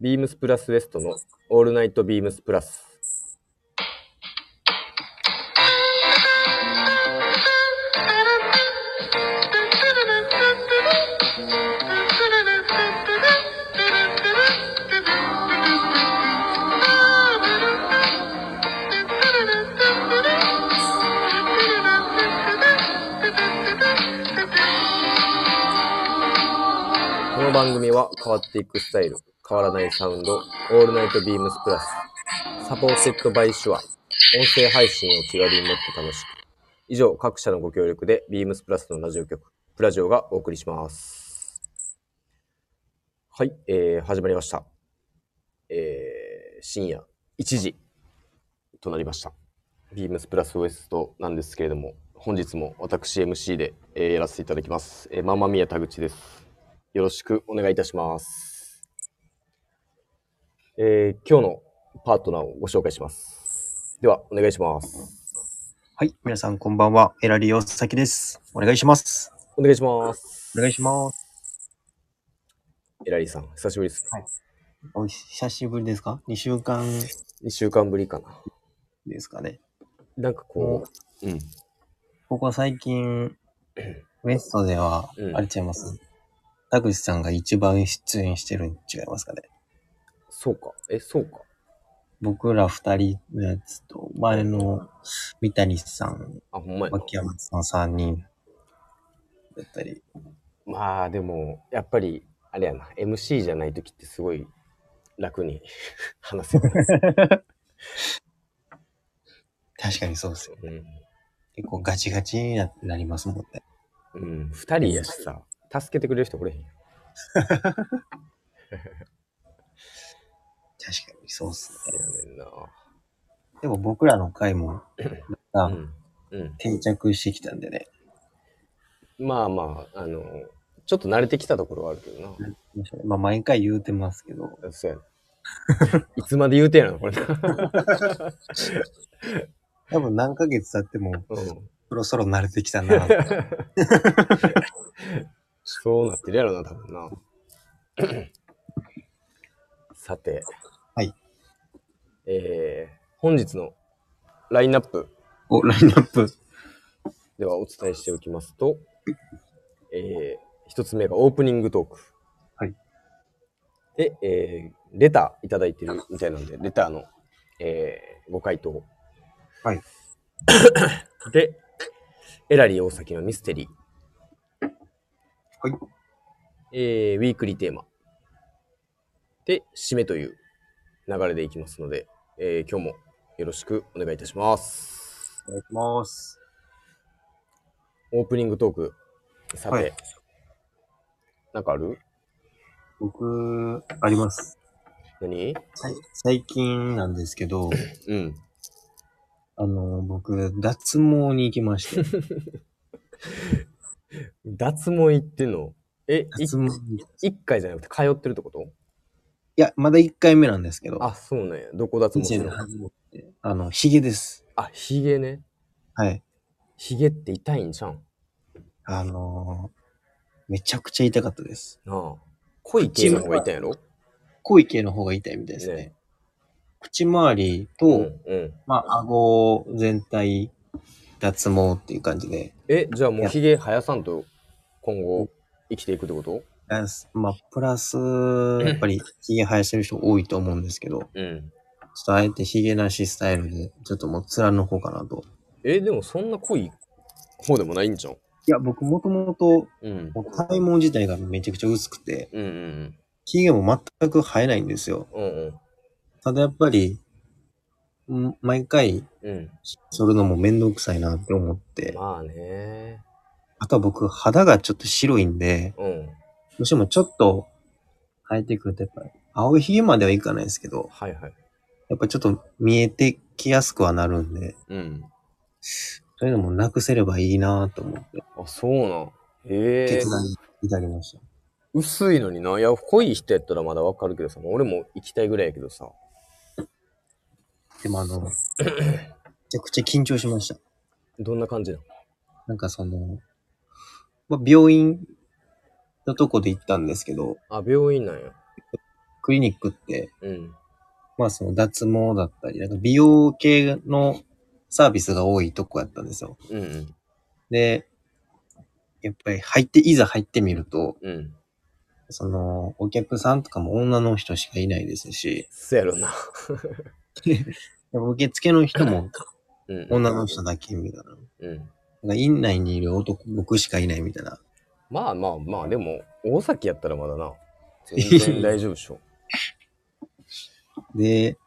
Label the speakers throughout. Speaker 1: ビームスプラスウエストのオールナイトビームスプラス。この番組は変わっていくスタイル、変わらないサウンド、オールナイトビームスプラス、サポーテッドバイシュア、音声配信を気軽にもっと楽しく。以上、各社のご協力で、ビームスプラスのラジオ局、プラジオがお送りします。はい、えー、始まりました。えー、深夜1時となりました。ビームスプラスウエストなんですけれども、本日も私 MC で、えーやらせていただきます。えー、マンマミヤ田口です。よろしくお願いいたします。えー今日のパートナーをご紹介します。では、お願いします。
Speaker 2: はい。皆さん、こんばんは。エラリオサキです。お願いします。
Speaker 1: お願いします。
Speaker 2: お願いします。
Speaker 1: エラリーさん、久しぶりです。
Speaker 2: はいお久しぶりですか ?2 週間
Speaker 1: 2週間ぶりかな。
Speaker 2: ですかね。
Speaker 1: なんかこう、うん。
Speaker 2: 僕は最近、 ウエストでは
Speaker 1: う、ん
Speaker 2: あれちゃいます。田口さんが一番出演してるん違いますかね。
Speaker 1: そうか。え、そうか。
Speaker 2: 僕ら二人のやつと、前の三谷さん、
Speaker 1: あ、ほんまやな。
Speaker 2: 脇山さん三人だったり。
Speaker 1: まあ、でも、やっぱり、あれやな、MC じゃない時ってすごい楽に 話 せる。
Speaker 2: 確かにそうですよ。
Speaker 1: うん。
Speaker 2: 結構ガチガチにななりますもんね。
Speaker 1: うん、2人やしさ、助けてくれる人おれへん。
Speaker 2: 確かにそうっすね。
Speaker 1: やねんな。
Speaker 2: でも僕らの回 も、ま
Speaker 1: う
Speaker 2: た
Speaker 1: ん。うん。
Speaker 2: 定着してきたんでね。
Speaker 1: まあまあ、あの、ちょっと慣れてきたところはあるけどな。
Speaker 2: まあ毎回言うてますけど、
Speaker 1: そうやな いつまで言うてんやろ、これな。
Speaker 2: 多分何ヶ月経っても、
Speaker 1: うん
Speaker 2: そろそろ慣れてきたな。
Speaker 1: そうなってるやろな、多分な。 さて。
Speaker 2: はい。
Speaker 1: えー、本日のラインナップ
Speaker 2: お、ラインナップ。
Speaker 1: ではお伝えしておきますと、えー、一つ目がオープニングトーク。
Speaker 2: はい。
Speaker 1: で、えー、レターいただいてるみたいなんで、レターの、えー、ご回答。
Speaker 2: はい。
Speaker 1: で、エラリー大崎のミステリー。
Speaker 2: はい。
Speaker 1: えー、ウィークリーテーマ。で、締めという流れでいきますので、えー、今日もよろしくお願いいたします。
Speaker 2: お願いします。
Speaker 1: オープニングトーク。さて、
Speaker 2: はい
Speaker 1: なんかある
Speaker 2: 僕、あります。
Speaker 1: 何
Speaker 2: さい最近なんですけど、
Speaker 1: うん。
Speaker 2: あの、僕、脱毛に行きま して、
Speaker 1: 脱毛行ってんのえ、い
Speaker 2: 脱毛に。い
Speaker 1: 一回じゃなくて通ってるってこと
Speaker 2: や、まだ1回目なんですけど、
Speaker 1: あ、そうなんや。どこ脱毛して
Speaker 2: 人
Speaker 1: る
Speaker 2: 生で
Speaker 1: の
Speaker 2: 初めてあの、髭です。
Speaker 1: あ、ヒゲね。
Speaker 2: はい。
Speaker 1: ヒゲって痛いんじゃん。
Speaker 2: あのめちゃくちゃ痛かったです。
Speaker 1: なあ。濃い系の方が痛いんやろ
Speaker 2: 濃い系の方が痛いみたいですね。
Speaker 1: ね
Speaker 2: 口周りと、
Speaker 1: うん。うん。
Speaker 2: まあ、顎全体脱毛っていう感じで、
Speaker 1: え、じゃあもうヒゲ生やさんと今後生きていくってこと
Speaker 2: プラスまあ、プラス、やっぱり、ヒゲ生やしてる人多いと思うんですけど、ちょ
Speaker 1: うん。
Speaker 2: っとあえてヒゲなしスタイルで、ちょっともう貫こうかなと。
Speaker 1: え、でもそんな濃い方でもないんじゃん。
Speaker 2: いや、僕もともと、
Speaker 1: うん。
Speaker 2: もう体毛自体がめちゃくちゃ薄くて、
Speaker 1: うんうん
Speaker 2: ヒゲも全く生えないんですよ。
Speaker 1: うん。うん
Speaker 2: ただやっぱり、ん毎回、
Speaker 1: うん。うん。
Speaker 2: 剃るのもめんどくさいなって思って、
Speaker 1: まあね。
Speaker 2: あとは僕、肌がちょっと白いんで、
Speaker 1: うん。
Speaker 2: どうしてもちょっと生えてくると、やっぱり、青いヒゲまではいかないですけど、
Speaker 1: はいはい。
Speaker 2: やっぱちょっと見えてきやすくはなるんで、
Speaker 1: うん。
Speaker 2: そういうのもなくせればいいなと思って、
Speaker 1: あ、そうなん。ええ
Speaker 2: 決断に至りました。
Speaker 1: 薄いのにな。いや、濃い人やったらまだわかるけどさ、もう俺も行きたいぐらいやけどさ。
Speaker 2: でもあの、めちゃくちゃ緊張しました。
Speaker 1: どんな感じなの
Speaker 2: なんかその、まあ、病院のとこで行ったんですけど、
Speaker 1: あ、病院なんや。
Speaker 2: クリニックって、
Speaker 1: うん。
Speaker 2: まあその脱毛だったり、なんか美容系のサービスが多いとこやったんですよ。
Speaker 1: うんうん。
Speaker 2: で、やっぱり入って、いざ入ってみると、
Speaker 1: うん。
Speaker 2: その、お客さんとかも女の人しかいないですし、
Speaker 1: そやろな。
Speaker 2: 受付の人も
Speaker 1: うん。
Speaker 2: 女の人だけみたいな。
Speaker 1: うん。
Speaker 2: なんか院内にいる男、僕しかいないみたいな。
Speaker 1: まあまあまあ、でも、大崎やったらまだな。全然大丈夫で しょ。
Speaker 2: で、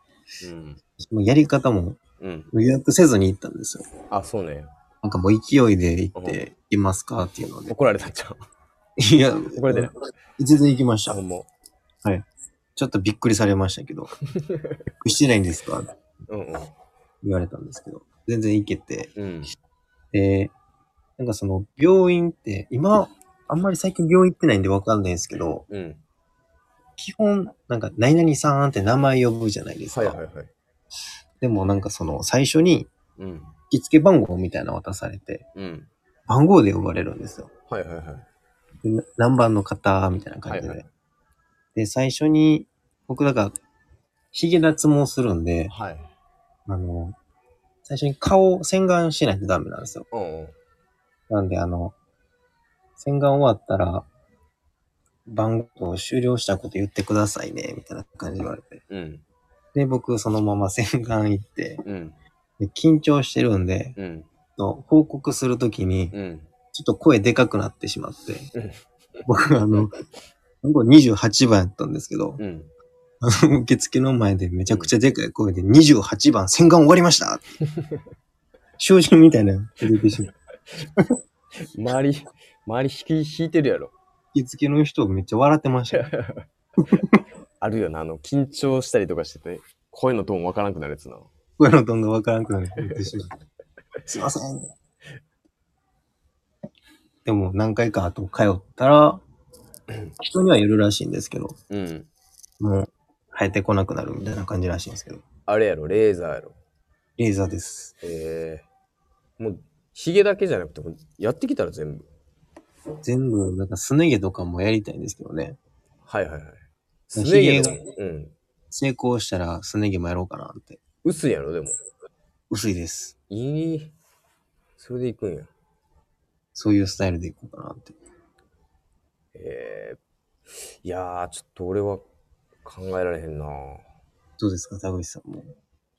Speaker 1: うん。
Speaker 2: そのやり方も
Speaker 1: うん。
Speaker 2: 予約せずに行ったんですよ。
Speaker 1: あ、そうね。
Speaker 2: なんかもう勢いで行って、行きますかっていうので。
Speaker 1: 怒られたんちゃう。
Speaker 2: いや、
Speaker 1: 怒られてない。
Speaker 2: 全然行きました
Speaker 1: ほ。んま。
Speaker 2: ちょっとびっくりされました けど、してないんですかって
Speaker 1: うんうん。
Speaker 2: 言われたんですけど、全然行けて。
Speaker 1: うん。
Speaker 2: で、なんかその病院って、今、あんまり最近病院行ってないんでわかんないんですけど、
Speaker 1: うん。
Speaker 2: 基本、なんか、何々さんって名前呼ぶじゃないですか。
Speaker 1: はいはいはい。
Speaker 2: でもなんかその、最初に、
Speaker 1: うん。
Speaker 2: 着付け番号みたいなの渡されて、
Speaker 1: うん。
Speaker 2: 番号で呼ばれるんですよ。
Speaker 1: はいはいはい。
Speaker 2: でな何番の方、みたいな感じで。
Speaker 1: はいは
Speaker 2: で、最初に、僕だから、髭脱毛するんで、
Speaker 1: はい。
Speaker 2: あの、最初に顔を洗顔しないとダメなんですよ。
Speaker 1: うんうん。
Speaker 2: なんで、あの、洗顔終わったら、番号を終了したこと言ってくださいね、みたいな感じで言われて。
Speaker 1: うん。
Speaker 2: で、僕、そのまま洗顔行って、
Speaker 1: うん。
Speaker 2: で緊張してるんで、
Speaker 1: うん。
Speaker 2: と報告するときに、
Speaker 1: うん。
Speaker 2: ちょっと声でかくなってしまって
Speaker 1: うん、
Speaker 2: 僕、あの、番号28番やったんですけど、
Speaker 1: うん。
Speaker 2: あの、受付の前でめちゃくちゃでかい声で、28番洗顔終わりました囚人みたいなの出てしまう。
Speaker 1: 周り、周り引き、引いてるやろ。
Speaker 2: 受付の人めっちゃ笑ってましたよ。
Speaker 1: あるよな、あの、緊張したりとかしてて、声のトーンわからなくなるやつな。
Speaker 2: 声のトーンがわからんくなるって言ってしまう。すいません。でも何回か後通ったら、人にはいるらしいんですけど、
Speaker 1: うん。
Speaker 2: もう生えてこなくなるみたいな感じらしいんですけど。
Speaker 1: あれやろ、レーザーやろ。
Speaker 2: レーザーです。
Speaker 1: ええもう、ヒゲだけじゃなくて、もうやってきたら全部。
Speaker 2: 全部、なんかすね毛とかもやりたいんですけどね。
Speaker 1: はいはいはい。す
Speaker 2: ヒ
Speaker 1: ね毛
Speaker 2: ゲ
Speaker 1: の
Speaker 2: が、
Speaker 1: うん。
Speaker 2: 成功したらすね毛もやろうかなって。
Speaker 1: 薄いやろ、でも。
Speaker 2: 薄いです。
Speaker 1: いい。それでいくんや。
Speaker 2: そういうスタイルでいこうかなって。
Speaker 1: ええいやー、ちょっと俺は考えられへんな。
Speaker 2: どうですか、田口さんも。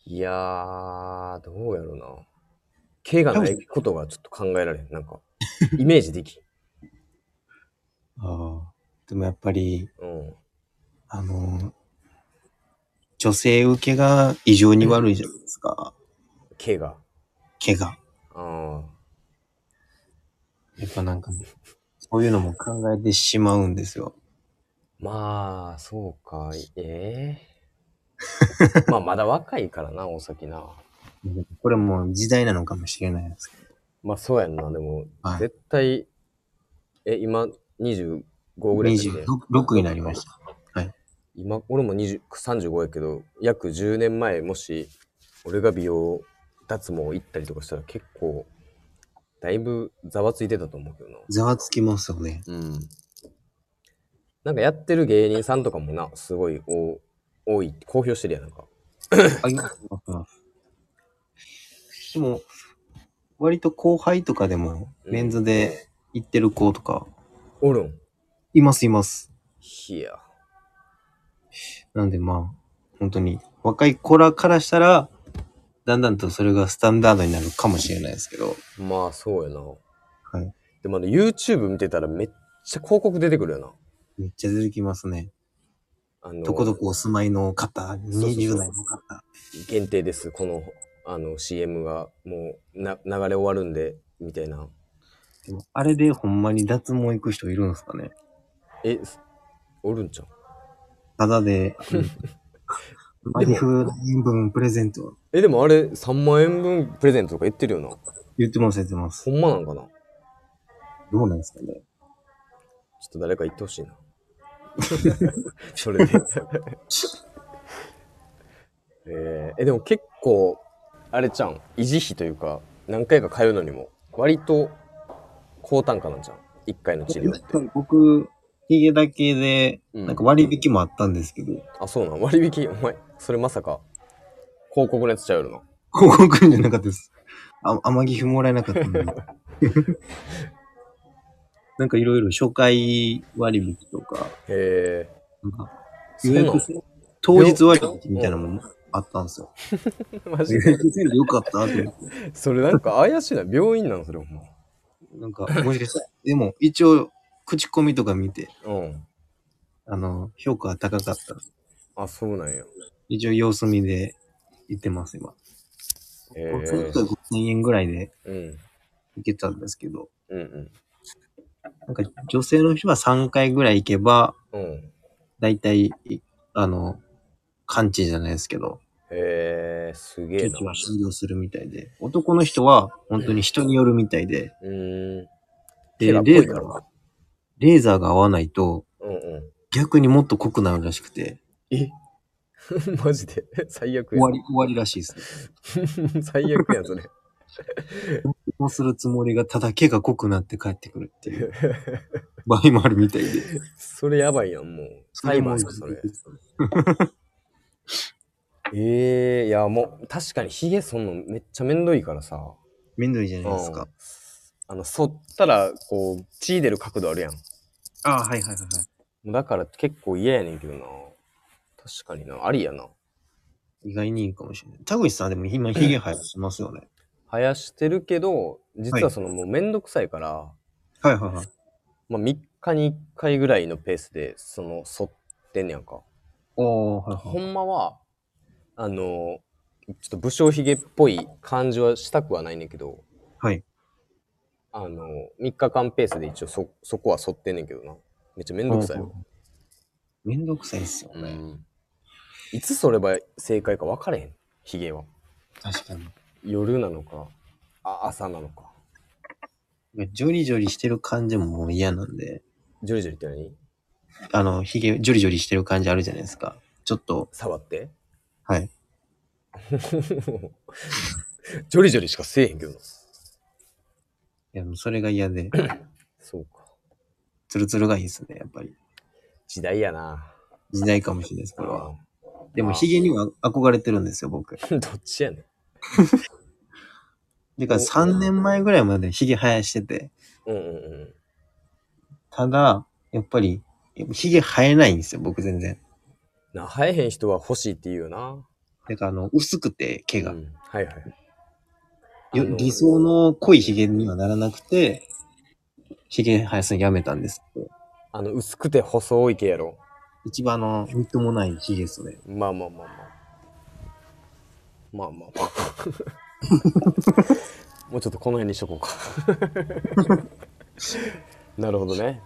Speaker 1: いやー、どうやろな。毛がないことがちょっと考えられへん。 なんか、イメージできん。
Speaker 2: ああ。でもやっぱり、
Speaker 1: うん。
Speaker 2: あのー女性受けが異常に悪いじゃないですか。
Speaker 1: 毛が。
Speaker 2: 毛が。
Speaker 1: あ
Speaker 2: やっぱなんか、そういうのも考えてしまうんですよ。
Speaker 1: ーまあ、そうか。ええ まあ、まだ若いからな、お先な。
Speaker 2: これもう時代なのかもしれないですけど。
Speaker 1: まあ、そうやんな。でも、
Speaker 2: はい
Speaker 1: 絶対、え、今、25ぐらいで。
Speaker 2: 26になりました。
Speaker 1: 今、俺も20 35やけど、約10年前、もし、俺が美容脱毛行ったりとかしたら結構、だいぶざわついてたと思うけどな。
Speaker 2: ざわつきますよね。
Speaker 1: うん。なんかやってる芸人さんとかもな、すごい多多い、公表してるやん、なんか。
Speaker 2: ありますでも、割と後輩とかでも、メンズで行ってる子とか、
Speaker 1: おるん。
Speaker 2: いますいます。
Speaker 1: いや。
Speaker 2: なんでまあ、本当に、若い子らからしたら、だんだんとそれがスタンダードになるかもしれないですけど、
Speaker 1: まあ、そうやな。
Speaker 2: はい。
Speaker 1: でもあの、YouTube 見てたらめっちゃ広告出てくるよな。
Speaker 2: めっちゃ出てきますね。
Speaker 1: あの、
Speaker 2: どこどこお住まいの方、
Speaker 1: そう
Speaker 2: 20代の方。
Speaker 1: 限定です。この、あの、CM が、もう、な、流れ終わるんで、みたいな。
Speaker 2: でも、あれでほんまに脱毛行く人いるんですかね。
Speaker 1: え、すおるんちゃう
Speaker 2: ただ で、マリフ何円分プレゼント。
Speaker 1: え、でもあれ、3万円分プレゼントとか言ってるよな。
Speaker 2: 言ってます、言ってます。
Speaker 1: ほんまなんかなちょ
Speaker 2: どうなんですかね。
Speaker 1: っと誰か言ってほしい な。それで。えーえ、でも結構、あれちゃん、維持費というか、何回か通うのにも、割と高単価なんじゃん。1回の治療って。
Speaker 2: 僕、ヒゲだけで、
Speaker 1: うん
Speaker 2: なんか割引もあったんですけど、
Speaker 1: あ、そうなん割引、お前、それまさか、広告のやつちゃうよな。
Speaker 2: 広告じゃなかったです。あ、甘木ふもらえなかったんで。なんかいろいろ初回割引とか、
Speaker 1: へえ。
Speaker 2: なんか
Speaker 1: そう
Speaker 2: 予
Speaker 1: なの
Speaker 2: 約制当日割引みたいなもんもあったんですよ。
Speaker 1: マジ
Speaker 2: 予
Speaker 1: で。
Speaker 2: 約制でよかったなと思って。
Speaker 1: それなんか怪しいな。病院なの、それほんま。
Speaker 2: なんか、もしかしたら、でも一応、口コミとか見て、
Speaker 1: うん。
Speaker 2: あの、評価が高かった。
Speaker 1: あ、そうなんや。
Speaker 2: 一応様子見で行ってます、今。
Speaker 1: へ
Speaker 2: え
Speaker 1: え。
Speaker 2: 5000円ぐらいで
Speaker 1: うん。
Speaker 2: 行けたんですけど、
Speaker 1: うん
Speaker 2: なんか女性の人は3回ぐらい行けば、
Speaker 1: うん。うん。
Speaker 2: だいたい、あの、完治じゃないですけど、
Speaker 1: へえ、すげえ
Speaker 2: 結
Speaker 1: な
Speaker 2: 局。は終了するみたいで、男の人は本当に人によるみたいで、
Speaker 1: うーん。
Speaker 2: で、レ
Speaker 1: っぽい
Speaker 2: ーザ
Speaker 1: か
Speaker 2: ー
Speaker 1: ら
Speaker 2: が、レーザーが合わないと、
Speaker 1: うんうん。
Speaker 2: 逆にもっと濃くなるらしくて、
Speaker 1: え マジで 最悪
Speaker 2: 終
Speaker 1: や
Speaker 2: わ。り、終わりらしいです ね。
Speaker 1: 最悪やん、それ。
Speaker 2: こうするつもりが、ただ毛が濃くなって帰ってくるっていう 場合もあるみたいで。
Speaker 1: それやばいやん、もう。タイマーやんそれ。ええいや、もう、確かにヒゲそんのめっちゃめんどいからさ。
Speaker 2: めんどいじゃないですか。
Speaker 1: あの、剃ったら、こう、血出る角度あるやん。
Speaker 2: ああ、はいはいはいはい。
Speaker 1: だから結構嫌やねんけどな。確かにな。ありやな。
Speaker 2: 意外にいいかもしれない。田口さんでも今ヒゲ生やしてますよね。
Speaker 1: 生やしてるけど、実は
Speaker 2: は
Speaker 1: いその、もうめんどくさいから、
Speaker 2: はいはいはい。
Speaker 1: まあ3日に1回ぐらいのペースで、その、剃ってんねやんか。
Speaker 2: おー、はい
Speaker 1: ほ
Speaker 2: はい。
Speaker 1: んまは、あの、ちょっと武将髭っぽい感じはしたくはないねんけど、
Speaker 2: はい。
Speaker 1: あの、3日間ペースで一応そ、そこは剃ってんねんけどな。めっちゃめんどくさいよ。
Speaker 2: めんどくさいっすよ
Speaker 1: う
Speaker 2: ね。
Speaker 1: んいつ剃れば正解か分かれへん、髭は。
Speaker 2: 確かに。
Speaker 1: 夜なのか、あ朝なのか。
Speaker 2: ジョリジョリしてる感じももう嫌なんで、
Speaker 1: ジョリジョリって何
Speaker 2: あの、ヒゲ、ジョリジョリしてる感じあるじゃないですか。ちょっと、
Speaker 1: 触って。
Speaker 2: はい。
Speaker 1: ジョリジョリしかせえへんけどな。
Speaker 2: いや、もうそれが嫌 で、
Speaker 1: そうか。
Speaker 2: ツルツルがいいですね、やっぱり。
Speaker 1: 時代やな。
Speaker 2: 時代かもしれないです、こ れは。
Speaker 1: ど
Speaker 2: でも、ヒゲには憧れてるんですよ、僕。
Speaker 1: っちやねん。
Speaker 2: てか、
Speaker 1: お
Speaker 2: 3年前ぐらいまでヒゲ生やしてて、
Speaker 1: うんうんうん。
Speaker 2: ただ、やっぱり、やっぱヒゲ生えないんですよ、僕全然。
Speaker 1: な生えへん人は欲しいって言うよな。
Speaker 2: てか、あの、薄くて、毛が
Speaker 1: う。んはいはい。
Speaker 2: よ
Speaker 1: あの
Speaker 2: 理想の濃いヒゲにはならなくて、ヒゲ生やすのやめたんですけど、
Speaker 1: あの、薄くて細い毛やろ。
Speaker 2: 一番あの、みっともないヒゲですね。
Speaker 1: まあまあまあまあ。まあまあまあ。 もうちょっとこの辺にしとこうか。なるほどね。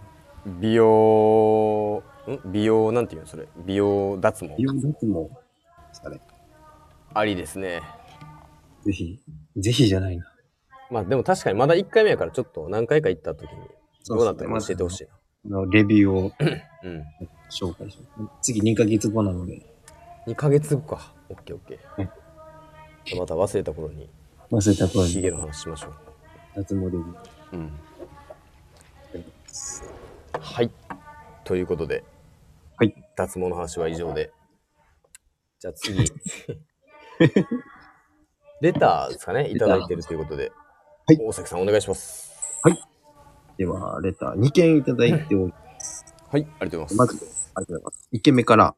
Speaker 1: 美容、ん美容なんていうのそれ。美容脱毛
Speaker 2: い。や、僕も、あれ、
Speaker 1: ありですね。
Speaker 2: ぜひ、ぜひじゃないな。
Speaker 1: まあでも確かにまだ1回目やからちょっと何回か行った時にどうなった
Speaker 2: ま
Speaker 1: か教えてほしい
Speaker 2: あの、レビューを
Speaker 1: な。うん。
Speaker 2: 紹介します。次2ヶ月後なので、
Speaker 1: 2ヶ月後か。オッケーオッケ
Speaker 2: うん
Speaker 1: ー。また忘れた頃に
Speaker 2: 忘れた頃
Speaker 1: ヒ
Speaker 2: に
Speaker 1: ゲの話しましょ
Speaker 2: 脱毛レビュー。
Speaker 1: う。うん。はい。ということで、
Speaker 2: はい。
Speaker 1: 脱毛の話は以上で。じゃあ次。 レターですかねいただいてるということで。
Speaker 2: はい
Speaker 1: 大崎さんお願いします。
Speaker 2: では、レター2件いただいており
Speaker 1: はい、ありがとうございま
Speaker 2: ます。ありがとうございます。1件目から、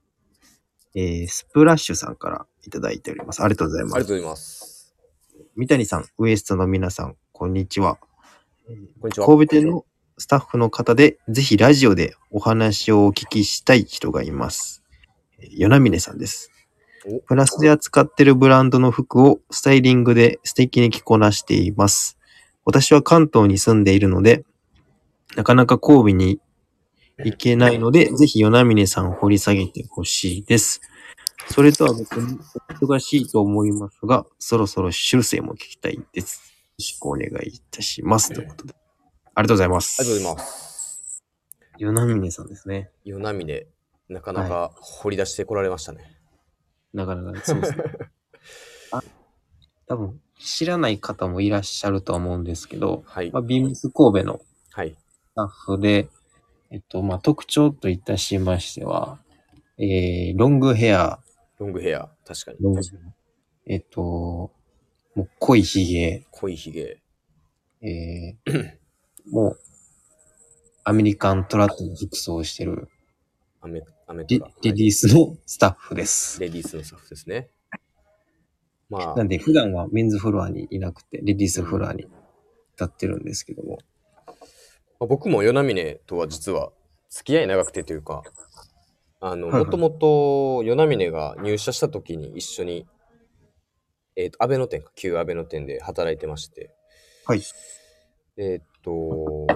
Speaker 2: えー、スプラッシュさんからいただいております。ありがとうござい
Speaker 1: す。
Speaker 2: ま
Speaker 1: ありが
Speaker 2: す。
Speaker 1: とうございます。
Speaker 2: 三谷さん、ウエストの皆さん、こんにちは。
Speaker 1: こんにちは。
Speaker 2: 神戸店のスタッフの方で、ぜひラジオでお話をお聞きしたい人がいます。えー与那峰さんです
Speaker 1: お。
Speaker 2: プラスで扱ってるブランドの服をスタイリングで素敵に着こなしています。私は関東に住んでいるので、なかなか神戸に行けないので、ぜひ与那峰さんを掘り下げてほしいです。それとは別にお忙しいと思いますが、そろそろ修正も聞きたいです。よろしくお願いいたします。ということで。ありがとうございます。
Speaker 1: ありがとうございます。
Speaker 2: 与那峰さんですね。
Speaker 1: 夜波で、なかなか掘り出してこられましたね。
Speaker 2: なかなか、そうですね。あ多分、知らない方もいらっしゃるとは思うんですけど、
Speaker 1: はい
Speaker 2: ま。あ、ビームス神戸の
Speaker 1: はい。
Speaker 2: スタッフで、えっと、まあ、特徴といたしましては、えー、ロングヘア、
Speaker 1: ロングヘア、確かに。
Speaker 2: ロングえっと、もう濃いひげ、
Speaker 1: 濃いひげ。
Speaker 2: えーもう、アメリカントラッドの服装をしてる
Speaker 1: アメ、アメ
Speaker 2: リ
Speaker 1: とか。
Speaker 2: リ
Speaker 1: はい
Speaker 2: リースのスタッフです。
Speaker 1: レディースのスタッフですね。ま
Speaker 2: なんで、普段はメンズフロアにいなくて、レディースフロアに立ってるんですけども、
Speaker 1: まあ、僕も与那嶺とは実は付き合い長くてというかあの
Speaker 2: はいはい
Speaker 1: もともと与那嶺が入社した時に一緒に、えー、と安倍の店か旧安倍の店で働いてまして
Speaker 2: はい
Speaker 1: えっ、と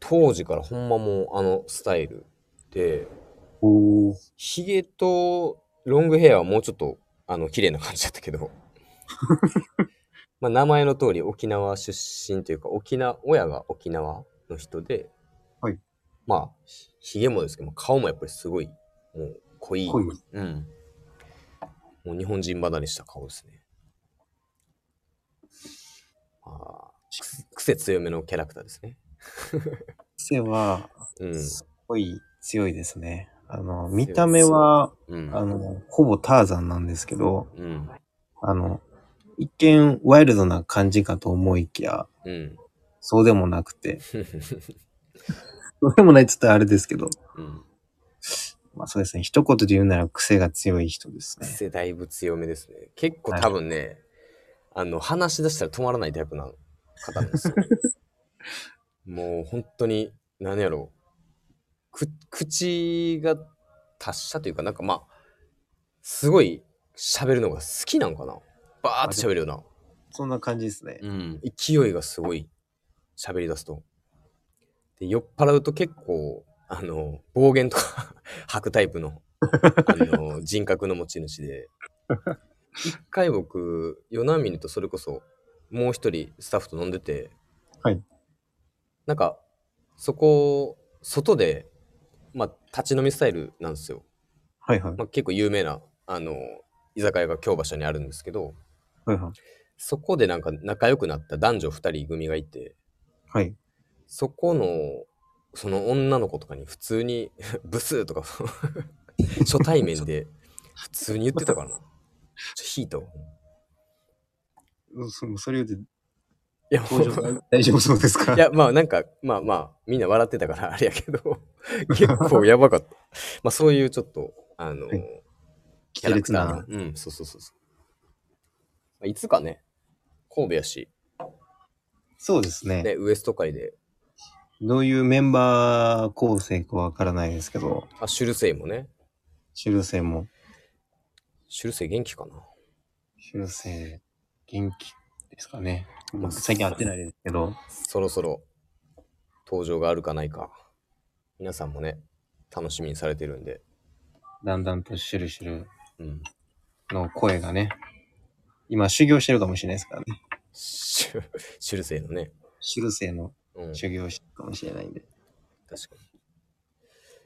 Speaker 1: 当時からほんまもうあのスタイルで
Speaker 2: おー
Speaker 1: ヒゲとロングヘアはもうちょっとあの綺麗な感じだったけどまあ名前の通り沖縄出身というか沖縄親が沖縄の人で、
Speaker 2: はい
Speaker 1: まあひひげもですけど顔もやっぱりすごいもう濃い
Speaker 2: 濃い。
Speaker 1: うん、もう日本人離れした顔ですね、まあ、くす癖強めのキャラクターですね、
Speaker 2: 背は、
Speaker 1: うん
Speaker 2: すごい強いですね。あの、見た目は、
Speaker 1: うん
Speaker 2: あの、ほぼターザンなんですけど、
Speaker 1: うん
Speaker 2: あの、一見ワイルドな感じかと思いきや、
Speaker 1: うん
Speaker 2: そうでもなくて、そうでもないって言ったらあれですけど、
Speaker 1: うん
Speaker 2: まあそうですね、一言で言うなら癖が強い人ですね。
Speaker 1: 癖だいぶ強めですね。結構多分ね、あの、話し出したら止まらないタイプな方なんです よ。もう本当に、何やろう。く、口が達者というか、なんかまあ、すごい喋るのが好きなんかな。バーって喋るよな。
Speaker 2: そんな感じですね。
Speaker 1: うん。勢いがすごい喋り出すと。で、酔っ払うと結構、あの、暴言とか 吐くタイプの、あの、人格の持ち主で。一回僕、ヨナミネとそれこそ、もう一人スタッフと飲んでて、
Speaker 2: はい。
Speaker 1: なんか、そこ、外で、まあ、立ち飲みスタイルなんですよ。
Speaker 2: はいはい。
Speaker 1: まあ、結構有名な、あの、居酒屋が京橋にあるんですけど、
Speaker 2: はいはい。
Speaker 1: そこでなんか仲良くなった男女2人組がいて、
Speaker 2: はい。
Speaker 1: そこの、その女の子とかに普通に、 ブスとか、初対面で普通に言ってたからな。ちょヒート。
Speaker 2: そそれ言 うて、
Speaker 1: いや、もう
Speaker 2: 大丈夫そうですか
Speaker 1: いや、まあなんか、まあまあ、みんな笑ってたからあれやけど、結構やばかった。まあそういうちょっと、あの、
Speaker 2: はい
Speaker 1: キ
Speaker 2: キ
Speaker 1: ャ
Speaker 2: ャ
Speaker 1: ラ
Speaker 2: ラ
Speaker 1: ク
Speaker 2: ク
Speaker 1: タ
Speaker 2: タ
Speaker 1: ー
Speaker 2: ー
Speaker 1: が。うん、そうそうそうそう。まあいつかね、神戸やし、
Speaker 2: そうですね
Speaker 1: ね、ウエスト界で、
Speaker 2: どういうメンバー構成かわからないですけど、
Speaker 1: あ、シュルセイもね、
Speaker 2: 修正も、
Speaker 1: シュルセイ元気かな。
Speaker 2: 修正元気ですかね。
Speaker 1: まあ
Speaker 2: 最近会ってないですけど、
Speaker 1: そろそろ登場があるかないか、皆さんもね、楽しみにされてるんで、
Speaker 2: だんだんとシュルシュル
Speaker 1: うん。
Speaker 2: の声がね、今修行してるかもしれないですからね。
Speaker 1: シュシュルセイのね、
Speaker 2: 修正の
Speaker 1: うん、確
Speaker 2: 修行してるかもしれないんで、
Speaker 1: か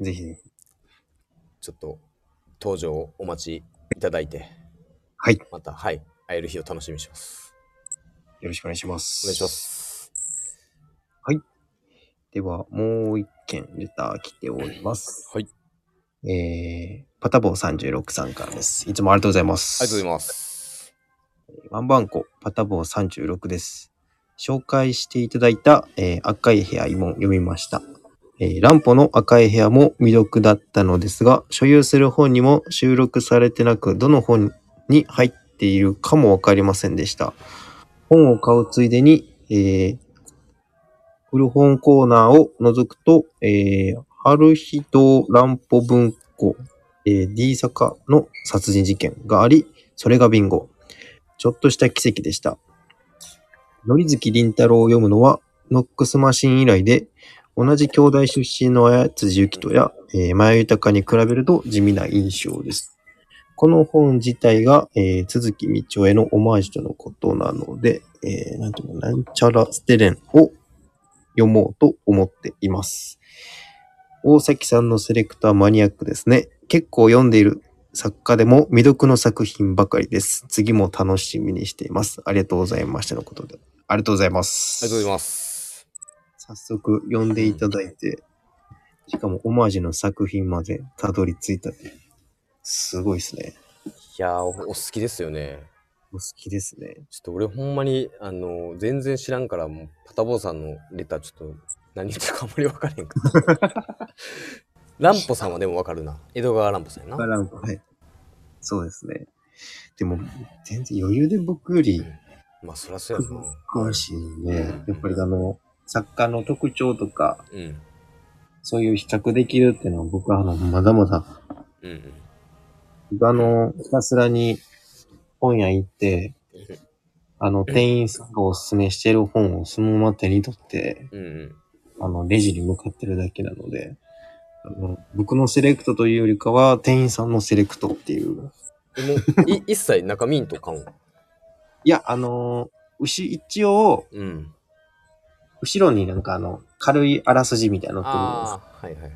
Speaker 1: に。
Speaker 2: ぜひぜひ。
Speaker 1: ちょっと登場をお待ちいただいて、
Speaker 2: はい。よ
Speaker 1: また、はい、会える日を楽しみにします。
Speaker 2: ろしくお願いします。
Speaker 1: お願いしま。す。
Speaker 2: では、もう一件レター来ております。
Speaker 1: はい。
Speaker 2: えー、パタボー36さんからです。いつもありがとうございます。
Speaker 1: ありがとうございます。
Speaker 2: ワンバンコ、パタボー36です。紹介していただいた、えー赤い部屋も読みました。えー、ランポの赤い部屋も魅力だったのですが、所有する本にも収録されてなく、どの本に入っているかもわかりませんでした。本を買うついでに、えー、古本コーナーを除くと、えー、春日堂乱歩文庫、えー、D 坂の殺人事件があり、それがビンゴ。ちょっとした奇跡でした。のりずきりんたろうを読むのは、ノックスマシン以来で、同じ兄弟出身の綾辻ゆきとや、えー、前豊に比べると地味な印象です。この本自体が、えー、続き道夫へのオマージュとのことなので、えー、なんていうの、なんちゃらステレンを読もうと思っています。大崎さんのセレクターマニアックですね。結構読んでいる作家でも未読の作品ばかりです。次も楽しみにしています。ありがとうございましたのことで。ありがとうございま
Speaker 1: あ
Speaker 2: す。
Speaker 1: りがとうございます。
Speaker 2: 早速読んでいただいて、しかもオマージュの作品までたどり着いたっていう。すごいですね。
Speaker 1: やーお、お好きですよね。
Speaker 2: お好きですね。
Speaker 1: ちょっと俺ほんまに、あの、全然知らんから、もう、パタボーさんのレターちょっと、何言ってるかあんまり分からへんから。 ランポさんはでも分かるな。江戸川乱歩さんやな。
Speaker 2: はい。そうですね。でも、全然余裕で僕より
Speaker 1: まあ、そらそうやな。
Speaker 2: 詳しいので、やっぱりあの、作家の特徴とか、
Speaker 1: うん。
Speaker 2: そういう比較できるっていうのは僕はあの、まだまだ、
Speaker 1: うんうん。
Speaker 2: 僕あの、ひたすらに本屋行って
Speaker 1: うん、
Speaker 2: あの、店員さんがおすすめしてる本をそのまま手に取って、
Speaker 1: うんうん。
Speaker 2: あの、レジに向かってるだけなので、あの僕のセレクトというよりかは、店員さんのセレクトっていう。
Speaker 1: でも、 い一切中身とかん。
Speaker 2: いや、あの、牛、一応、
Speaker 1: うん。
Speaker 2: 後ろになんかあの、軽いあらすじみたいなの載ってるんです。
Speaker 1: ああ、はいはいはい。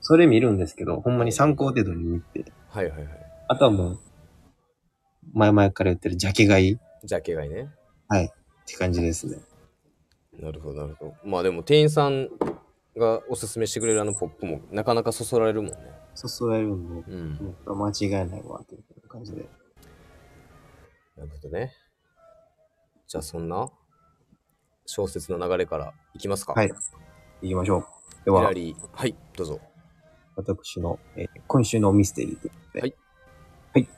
Speaker 2: それ見るんですけど、ほんまに参考程度に見て、
Speaker 1: はいはいは
Speaker 2: あとはもう、前々から言ってるジャケ買いっ
Speaker 1: い。ジャケ買いね。
Speaker 2: て感じですね。
Speaker 1: なるほどなるほど。まあでも、店員さんがおすすめしてくれるあのポップも、なかなかそそられるもんね。
Speaker 2: そそられるんで、
Speaker 1: うん。
Speaker 2: もう間違いないわ、という感じで。
Speaker 1: なるほどね。じゃあそんな小説の流れからいきますか。
Speaker 2: はい
Speaker 1: ヒ
Speaker 2: 行きましょう。で
Speaker 1: ラ
Speaker 2: は、
Speaker 1: リー。はい、どうぞ。
Speaker 2: 私の、えー今週のミステリーということで、
Speaker 1: はい。
Speaker 2: はい。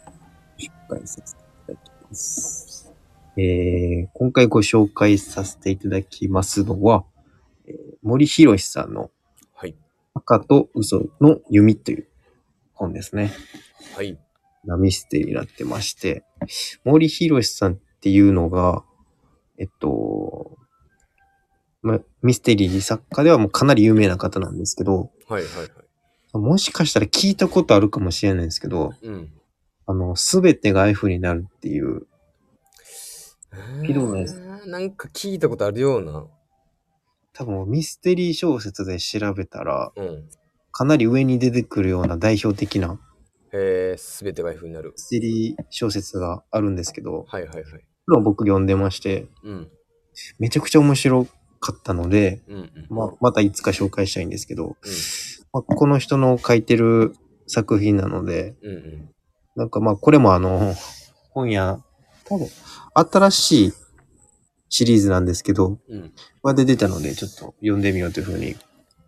Speaker 2: 紹介させていただきます。えー、今回ご紹介させていただきますのは、えー森博さんの
Speaker 1: はい。
Speaker 2: 赤と嘘の弓という本ですね。
Speaker 1: はい。
Speaker 2: なミステリーになってまして、森博さんっていうのが、えっと、ま、ミステリー作家ではもうかなり有名な方なんですけど、
Speaker 1: はいはいはい。
Speaker 2: もしかしたら聞いたことあるかもしれないんですけど、
Speaker 1: うん。
Speaker 2: あの、すべてが F になるっていう、聞いたことないです
Speaker 1: あーなんか聞いたことあるような。
Speaker 2: 多分ミステリー小説で調べたら、
Speaker 1: うん。
Speaker 2: かなり上に出てくるような代表的なミ
Speaker 1: えー、すべてが F になる。
Speaker 2: ステリー小説があるんですけど、
Speaker 1: はいはいはい。
Speaker 2: これを僕読んでまして、
Speaker 1: うん。
Speaker 2: めちゃくちゃ面白かったので、
Speaker 1: うんうん。
Speaker 2: まあ、またいつか紹介したいんですけど、
Speaker 1: うん
Speaker 2: まあ、この人の書いてる作品なので、
Speaker 1: うんうん。
Speaker 2: なんかまあこれもあの、本屋、多分、新しいシリーズなんですけど、
Speaker 1: うん。
Speaker 2: まで出たので、ちょっと読んでみようというふうに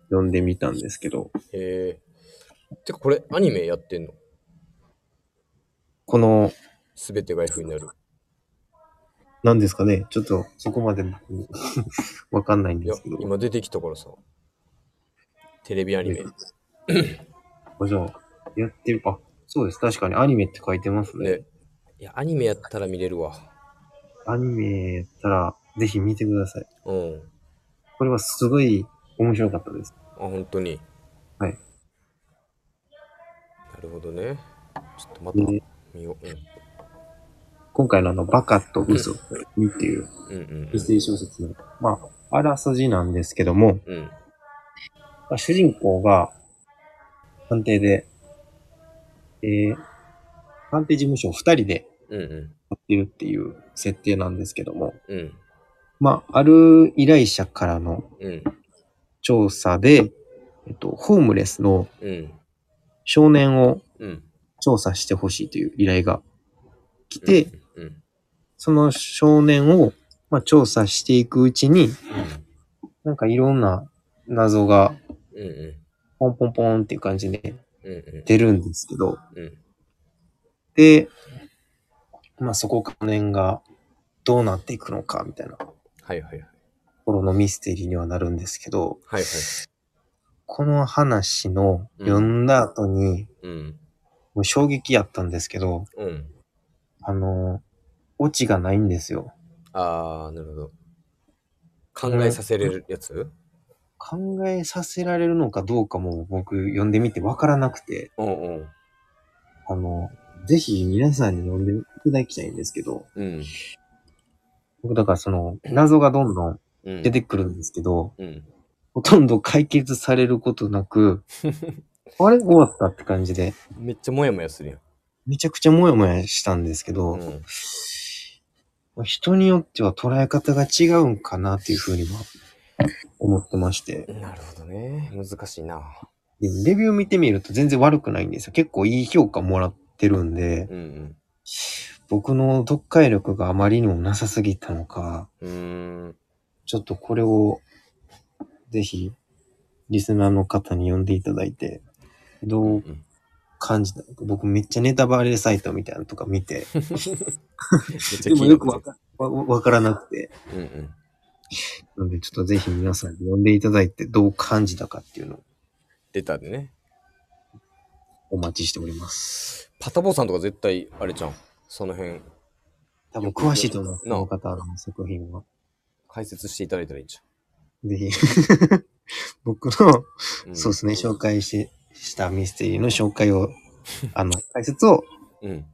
Speaker 2: 読んでみたんですけど、
Speaker 1: えー。てかこれアニメやってんの
Speaker 2: この、
Speaker 1: すべてが F になる。
Speaker 2: 何ですかね、ちょっとそこまで僕 わかんないん
Speaker 1: い
Speaker 2: で
Speaker 1: や
Speaker 2: すけど、、
Speaker 1: 今出てきたからさ。テレビアニメ。
Speaker 2: あじゃあ、やってる、あ、そうです、確かにアニメって書いてますね。
Speaker 1: ね。いや、アニメやったら見れるわ。
Speaker 2: アニメやったら、ぜひ見てください。
Speaker 1: うん。
Speaker 2: これはすごい面白かったです。
Speaker 1: あ、本当に。
Speaker 2: はい。
Speaker 1: なるほどね。ちょっとまた
Speaker 2: で
Speaker 1: 見よう。
Speaker 2: 今回のあの、バカと嘘っていう
Speaker 1: うん。うんうん
Speaker 2: ミステリー小説の、まあ、あらすじなんですけども、
Speaker 1: うん。うん。
Speaker 2: まあ主人公が、探偵で、えー、探偵事務所を二人で
Speaker 1: うんうん。
Speaker 2: やってるっていう設定なんですけども、
Speaker 1: うん。
Speaker 2: まあ、ある依頼者からの
Speaker 1: うん。
Speaker 2: 調査で、えっと、ホームレスの
Speaker 1: うん。
Speaker 2: 少年を
Speaker 1: うん。
Speaker 2: 調査してほしいという依頼が来て、
Speaker 1: うん、うん。
Speaker 2: その少年を、まあ、調査していくうちに、なんかいろんな謎が
Speaker 1: うんうん。
Speaker 2: ポンポンポンっていう感じで
Speaker 1: うんうん。
Speaker 2: 出るんですけど、
Speaker 1: うん。
Speaker 2: で、まあそこ関連がどうなっていくのかみたいなと
Speaker 1: はいはいはい。
Speaker 2: ころのミステリーにはなるんですけど、
Speaker 1: はいはい。
Speaker 2: この話の読んだ後に、
Speaker 1: うん。
Speaker 2: もう衝撃やったんですけど、
Speaker 1: うん。
Speaker 2: あの、オチがないんですよ。
Speaker 1: あー、なるほど。考えさせれるやつ
Speaker 2: 考えさせられるのかどうかも僕読んでみてわからなくて、
Speaker 1: うんうん。
Speaker 2: あの、ぜひ皆さんに読んでいただきたいんですけど、
Speaker 1: うん。
Speaker 2: 僕だからその謎がどんどん
Speaker 1: うん。
Speaker 2: 出てくるんですけど、
Speaker 1: うん。
Speaker 2: ほとんど解決されること なく、あれ終わったって感じで、
Speaker 1: めっちゃもやもやするやん。
Speaker 2: めちゃくちゃモヤモヤしたんですけど、
Speaker 1: うん。
Speaker 2: 人によっては捉え方が違うんかなっていうふうには思ってまして、
Speaker 1: なるほどね。難しいな。
Speaker 2: うんレビュー見てみると全然悪くないんですよ。結構いい評価もらってるんで、
Speaker 1: うん
Speaker 2: 僕の読解力があまりにもなさすぎたのか、
Speaker 1: うん。うーん。
Speaker 2: ちょっとこれを、ぜひ、リスナーの方に読んでいただいて、どう
Speaker 1: うん
Speaker 2: 感じたのか。僕めっちゃネタバレサイトみたいなのとか見て、
Speaker 1: めっち
Speaker 2: でもよくわかわわからなくて。
Speaker 1: うんうん。
Speaker 2: なので、ちょっとぜひ皆さんに読んでいただいて、どう感じたかっていうのを
Speaker 1: 出たでね。
Speaker 2: お待ちしております。
Speaker 1: パタボーさんとか絶対、あれじゃん。その辺、
Speaker 2: 多分詳しいと思う、こ
Speaker 1: な
Speaker 2: の方の作品は。
Speaker 1: 解説していただいたらいいじ
Speaker 2: ぜひ。 僕の、
Speaker 1: ゃん。ん
Speaker 2: そうですね、紹介ししたミステリーの紹介 を、あの、解説を、
Speaker 1: うん。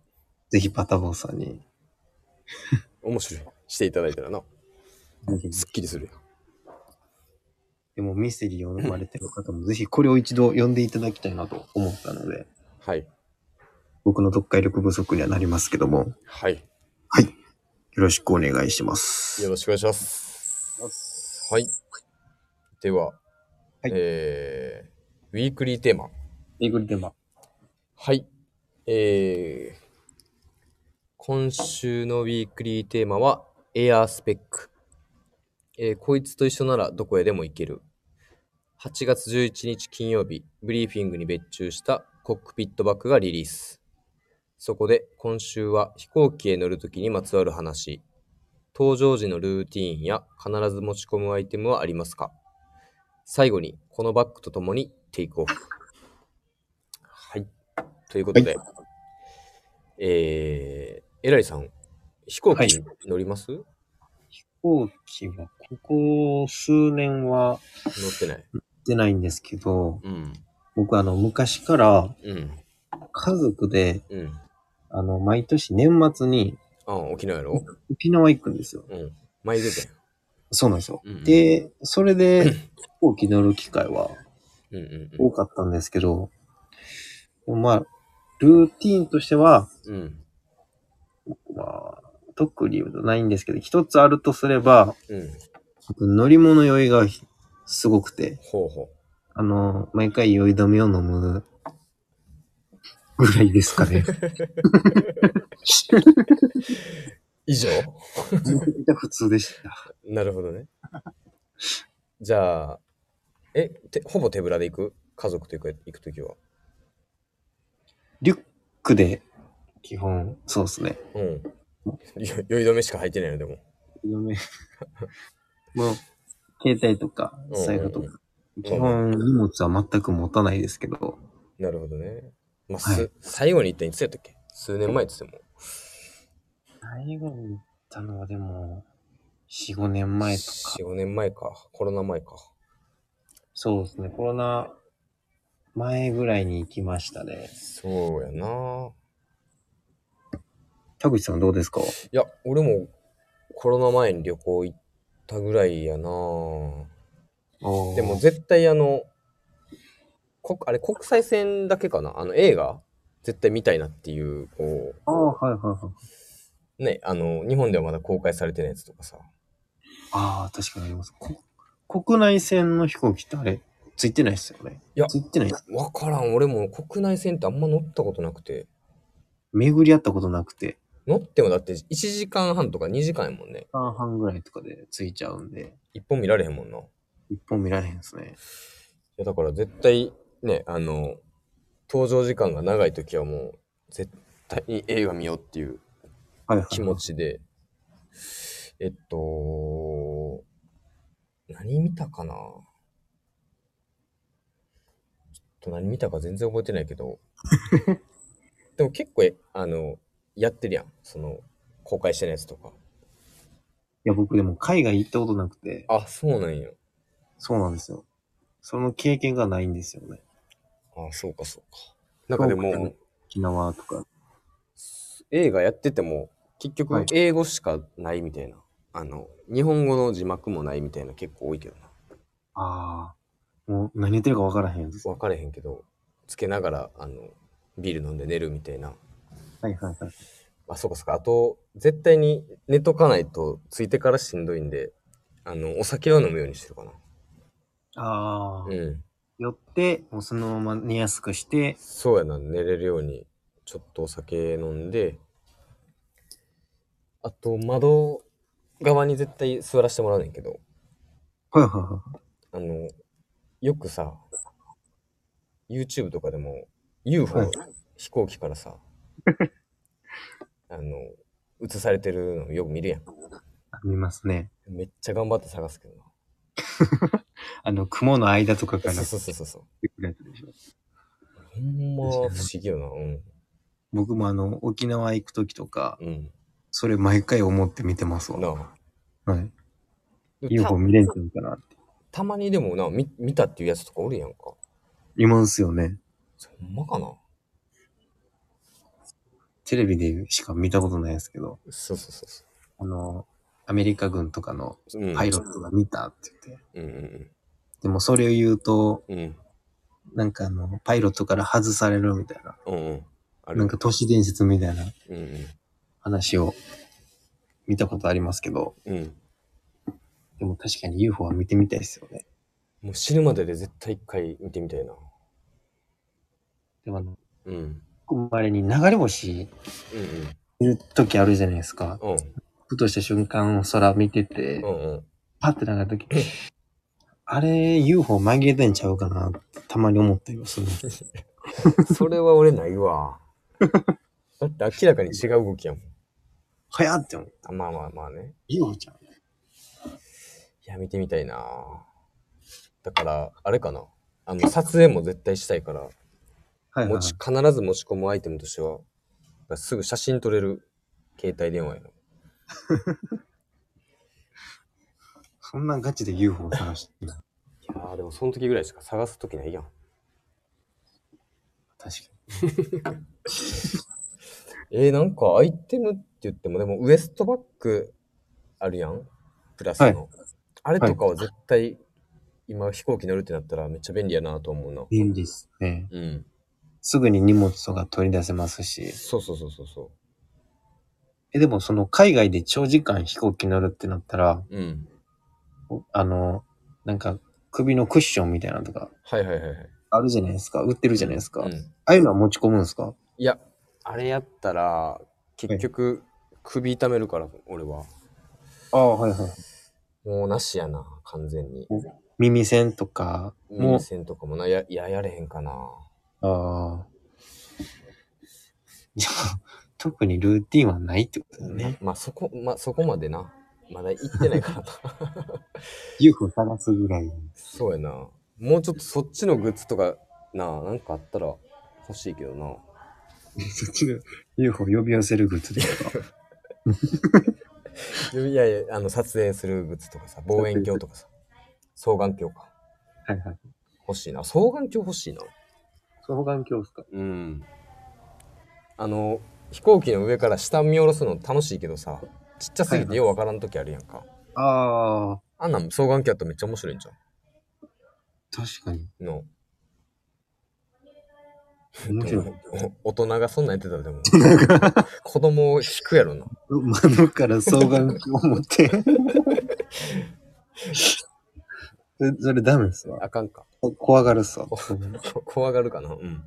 Speaker 2: ぜひパタボーさんに、
Speaker 1: 面白い。していただいたらな。
Speaker 2: ぜひ。
Speaker 1: すっきりするよ。
Speaker 2: でもミステリーを読まれてる方も、ぜひこれを一度読んでいただきたいなと思ったので、
Speaker 1: はい。
Speaker 2: 僕の読解力不足にはなりますけども、よ
Speaker 1: はい。
Speaker 2: ろしくお願いします。
Speaker 1: よろしくお願いします。はい。では、
Speaker 2: はい
Speaker 1: えー、ウィークリーテーマ。
Speaker 2: えぐりでま。
Speaker 1: はい。えー、今週のウィークリーテーマは、エアースペック。えーこいつと一緒ならどこへでも行ける。8月11日金曜日、ブリーフィングに別注したコックピットバッグがリリース。そこで今週は飛行機へ乗るときにまつわる話、搭乗時のルーティーンや必ず持ち込むアイテムはありますか最後に、このバッグとともにテイクオフ。はい。ということで、えー、えらりさん、飛行機に乗ります、
Speaker 2: 飛行機は、ここ数年は、
Speaker 1: 乗ってない。
Speaker 2: ってないんですけど、
Speaker 1: うん。
Speaker 2: 僕あの、昔から
Speaker 1: うん。
Speaker 2: 家族で、
Speaker 1: うん。
Speaker 2: あの、毎年年末に
Speaker 1: あ沖縄やろ
Speaker 2: 沖縄行くんですよ。
Speaker 1: うん。前出たよ。
Speaker 2: そうなんですよ。
Speaker 1: うんうん
Speaker 2: で、それで 飛行機乗る機会は
Speaker 1: うんうん
Speaker 2: 多かったんですけど、でもまあ、ルーティーンとしては、
Speaker 1: うん。うん。
Speaker 2: まあ、特にないんですけど、一つあるとすれば、
Speaker 1: うん。
Speaker 2: 僕乗り物酔いがすごくて、
Speaker 1: ほうほ
Speaker 2: あの、毎回酔い止めを飲むぐらいです かね。
Speaker 1: う。以上
Speaker 2: めちゃくちゃ普通でした。
Speaker 1: なるほどね。じゃあ、え、てほぼ手ぶらで行く家族というか行くときは。
Speaker 2: リュックで、基本、そうですね。
Speaker 1: うん。よ酔い止めしか入ってないのでも。
Speaker 2: 嫁 もう、携帯とか、
Speaker 1: うんうんうん
Speaker 2: 財布とか。基本、荷物は全く持たないですけど、
Speaker 1: なるほどね。まあ、
Speaker 2: は
Speaker 1: す最後に行ったのいつやったっけ数年前って言っても。
Speaker 2: 最後に行ったのはでも、4、5年前とか。
Speaker 1: 4、5年前か。コロナ前か。
Speaker 2: そうですね、コロナ前ぐらいに行きましたね。
Speaker 1: そうやな。
Speaker 2: 田口さんどうですか
Speaker 1: いや、俺もコロナ前に旅行行ったぐらいやなで
Speaker 2: で
Speaker 1: も、絶対あの、こあれ国際線だけかなあの映画絶対見たいなっていう、こ
Speaker 2: あーはいはいはい。
Speaker 1: う、ね、あの、日本ではまだ公開されてないやつとかさ。
Speaker 2: ああ、確かにあります。こ国内線の飛行機ってあれ、ついてないですよね。
Speaker 1: いや
Speaker 2: ついてないです。
Speaker 1: わからん、俺も国内線ってあんま乗ったことなくて。
Speaker 2: 巡り合ったことなくて。
Speaker 1: 乗ってもだって1時間半とか2時間やもんね。
Speaker 2: 半半ぐらいとかでついちゃうんで、
Speaker 1: 一本見られへんもんな。い
Speaker 2: 一本見られへんですね。
Speaker 1: や、だから絶対ね、あの、登場時間が長い時はもう、絶対に映画見ようっていう
Speaker 2: はいはい。
Speaker 1: 気持ちで、えっと、何見たかなちょっと何見たか全然覚えてないけ ど、でも結構え、あの、やってるやん。その、公開してないやつとか。
Speaker 2: いや、僕でも海外行ったことなくて、
Speaker 1: あ、そうなんや。
Speaker 2: そうなんですよ。その経験がないんですよね。
Speaker 1: あ、そうかそうか。なんかで
Speaker 2: そう
Speaker 1: も
Speaker 2: か、沖縄とか。
Speaker 1: 映画やってても、結
Speaker 2: は
Speaker 1: 局
Speaker 2: い
Speaker 1: 英語しかないみたいな。あの、日本語の字幕もないみたいな結構多いけどな。
Speaker 2: ああ、もう何言ってるか分からへんです。は
Speaker 1: 分かれへんけどつけながらあのビール飲んで寝るみたいない
Speaker 2: はいはい。
Speaker 1: あそうかそうかあと絶対に寝とかないとついてからしんどいんであのお酒は飲むようにしてるかな
Speaker 2: ああ、
Speaker 1: うん
Speaker 2: 寄って、もうそのまま寝やすくして、
Speaker 1: そうやな、寝れるように、ちょっとお酒飲んで、あと、窓側に絶対座らせてもらうねんけど、
Speaker 2: はいはいはい。
Speaker 1: あの、よくさ、YouTube とかでも UFO、
Speaker 2: はい
Speaker 1: 飛行機からさ、 あの、映されてるのよく見るやん。
Speaker 2: ありますね。
Speaker 1: めっちゃ頑張って探すけどな。
Speaker 2: あの、雲の間とかから
Speaker 1: そうそうそうそうそう。
Speaker 2: 出てくるやつでしょ。
Speaker 1: ほんま不思議よな。うん。
Speaker 2: 僕もあの、沖縄行くときとか、
Speaker 1: うん。
Speaker 2: それ毎回思って見てます
Speaker 1: な
Speaker 2: わ。
Speaker 1: あ。
Speaker 2: はい。
Speaker 1: でも
Speaker 2: UFO
Speaker 1: た
Speaker 2: 見れんちゃうかなって。
Speaker 1: たまにでもな見、見たっていうやつとかおるやんか。
Speaker 2: いますよね。
Speaker 1: ほんまかな
Speaker 2: テレビでしか見たことないですけど、
Speaker 1: そうそうそうそ
Speaker 2: あの、アメリカ軍とかの
Speaker 1: う。うん。
Speaker 2: パイロットが見たって言って。
Speaker 1: うんうん
Speaker 2: でもそれを言うと、
Speaker 1: うん。うん。
Speaker 2: なんかあの、パイロットから外されるみたいな。
Speaker 1: うんうん。ある
Speaker 2: なんか都市伝説みたいな
Speaker 1: うんうん。
Speaker 2: 話を見たことありますけど、
Speaker 1: うん。
Speaker 2: でも確かに UFO は見てみたいですよね。
Speaker 1: もう死ぬまでで絶対一回見てみたいな。
Speaker 2: でもあの、
Speaker 1: うん。うん
Speaker 2: あれに流れ星見る時あるじゃないですか。
Speaker 1: うん。うん。
Speaker 2: ふとした瞬間空見てて
Speaker 1: う、んうん。
Speaker 2: パッて流れた時、あれ UFO 紛れてんちゃうかなってたまに思ったりはする。
Speaker 1: それは俺ないわ。 だって明らかに違う動きやもん。
Speaker 2: はやって思う。
Speaker 1: あまあまあまあね。
Speaker 2: UFO ちゃう。
Speaker 1: いや、見てみたいな。だから、あれかな。あの、撮影も絶対したいから、
Speaker 2: はいはい、
Speaker 1: 持ち、必ず持ち込むアイテムとしては、だからすぐ写真撮れる携帯電話やな。
Speaker 2: そんなガチで UFO を探して
Speaker 1: い
Speaker 2: る。
Speaker 1: やーでもその時ぐらいしか探す時ないやん。
Speaker 2: 確か
Speaker 1: えー、なんかアイテムって言っても、でもウエストバッグあるやんプラスの。あれとかは絶対、今飛行機乗るってなったらめっちゃ便利やなと思うな。
Speaker 2: に。便利ですね。
Speaker 1: うん。
Speaker 2: すぐに荷物とか取り出せますし。
Speaker 1: そうそうそうそうそ
Speaker 2: え、でもその海外で長時間飛行機乗るってなったら、
Speaker 1: う。うん。
Speaker 2: おあの、なんか首のクッションみたいなのとか、
Speaker 1: はいはいはいはい。
Speaker 2: あるじゃないですか。売ってるじゃないですか。
Speaker 1: うん
Speaker 2: あ。あいうのは持ち込むんですか
Speaker 1: いや、あれやったら、結局、首痛めるから、俺は。
Speaker 2: ああ、はいはい。
Speaker 1: もうなしやな、完全に。
Speaker 2: 耳栓とかも、
Speaker 1: 耳栓とかもな、や、ややれへんかな。
Speaker 2: ああ。じゃあ、特にルーティンはないってことだよね。
Speaker 1: まあそこ、まあそこまでな。まだ行ってないからな。
Speaker 2: UFO 探すぐらい。
Speaker 1: そうやな。もうちょっとそっちのグッズとか、な、なんかあったら欲しいけどな。
Speaker 2: そっちの UFO 呼び寄せるグッズですか
Speaker 1: いやいや、あの、撮影するグッズとかさ、望遠鏡とかさ、双眼鏡か。
Speaker 2: はいはい。
Speaker 1: 欲しいな。双眼鏡欲しいな。
Speaker 2: 双眼鏡ですか
Speaker 1: うん。あの、飛行機の上から下見下ろすの楽しいけどさ、ちっちゃすぎてようわからん時あるやんか。
Speaker 2: ああ、
Speaker 1: あんなん双眼鏡あったらめっちゃ面白いんじゃ
Speaker 2: 確かに。
Speaker 1: ん。の。
Speaker 2: 面白い。
Speaker 1: お大人がそんなんやってたらでも、子供を引くやろな。
Speaker 2: 窓から双眼鏡を持 って。えそれダメですわ。
Speaker 1: あかんか。
Speaker 2: 怖がるっすわ。
Speaker 1: こ怖がるかな。うん。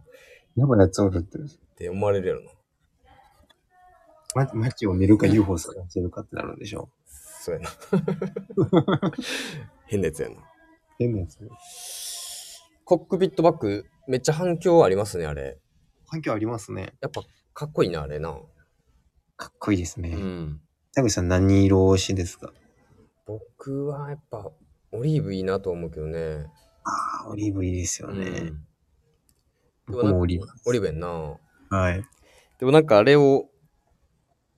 Speaker 2: やばいやつおるって。
Speaker 1: って思われるやろな。
Speaker 2: ま、街を見るか UFO 探してるかってなるんでしょ
Speaker 1: そうや な。変なやつやな。
Speaker 2: う。変なやつ。
Speaker 1: コックピットバッグ、めっちゃ反響ありますね、あれ。
Speaker 2: 環境ありますね。
Speaker 1: やっぱ、かっこいいな、あれな。
Speaker 2: かっこいいですね。
Speaker 1: うん。
Speaker 2: 田口さん何色推しですか
Speaker 1: 僕はやっぱ、オリーブいいなと思うけどね。
Speaker 2: ああ、オリーブいいですよ
Speaker 1: うん。
Speaker 2: ね。
Speaker 1: で
Speaker 2: 僕もオリーブ。
Speaker 1: オリーブやんな。
Speaker 2: はい。
Speaker 1: でもなんかあれを、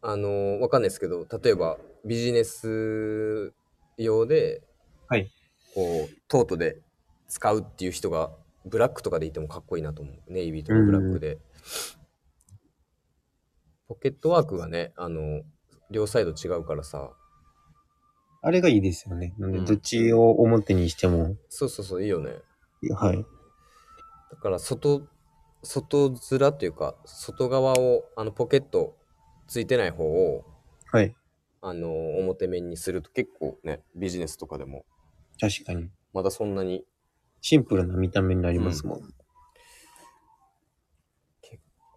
Speaker 1: あのーわかんないですけど、例えばビジネス用で、
Speaker 2: はい
Speaker 1: こう、トートで使うっていう人が、ブラックとかでいてもかっこいいなと思う。ネイビーとかブラックで。ポケットワークがね、あの、両サイド違うからさ、
Speaker 2: あれがいいですよね。なんで、
Speaker 1: うん
Speaker 2: どっちを表にしても。
Speaker 1: そうそうそう、いいよね。
Speaker 2: はい。
Speaker 1: だから、外、外面というか、外側を、あの、ポケットついてない方を、
Speaker 2: はい。
Speaker 1: あの表面にすると結構ねビジネスとかでも
Speaker 2: 確かに。
Speaker 1: まだそんなに
Speaker 2: シンプルな見た目になりますもん。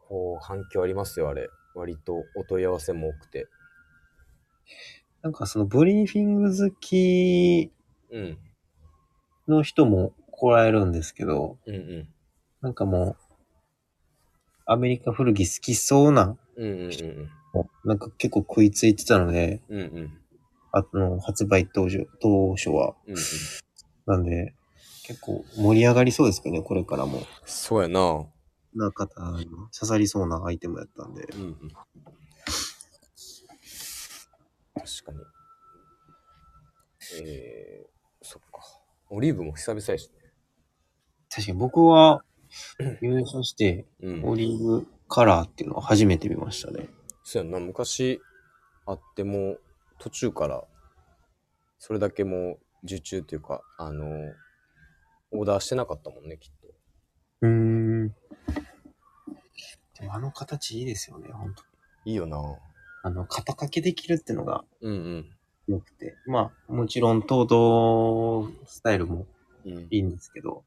Speaker 1: こう、反響ありますよ、あれ。割とお問い合わせも多くて。
Speaker 2: なんかそのブリーフィング好き
Speaker 1: うん。
Speaker 2: の人も来られるんですけど、
Speaker 1: うんうん。
Speaker 2: なんかもう、アメリカ古着好きそうな、
Speaker 1: うんうんうん
Speaker 2: なんか結構食いついてたので、
Speaker 1: うん。うんうん。
Speaker 2: あの、発売当初、当初は。
Speaker 1: うんうん。
Speaker 2: なんで、結構盛り上がりそうですけどね、これからも。
Speaker 1: そうやな。う
Speaker 2: な方に刺さりそうなアイテムやったんで。
Speaker 1: んうん。確かに。えー、そっか。オリーブも久々やし
Speaker 2: 確かに僕は、優勝して、
Speaker 1: ね。うん。
Speaker 2: オリーブカラーっていうのを初めて見ましたね。
Speaker 1: そうやんな、昔あっても、途中から、それだけもう受注というか、あの、オーダーしてなかったもんね、きっと。
Speaker 2: うーん。でもあの形いいですよね、本当
Speaker 1: いいよな。
Speaker 2: あの、肩掛けできるってのが
Speaker 1: うん
Speaker 2: 良くて。まあ、もちろん、東堂スタイルも
Speaker 1: うん。うん、
Speaker 2: いいんですけど、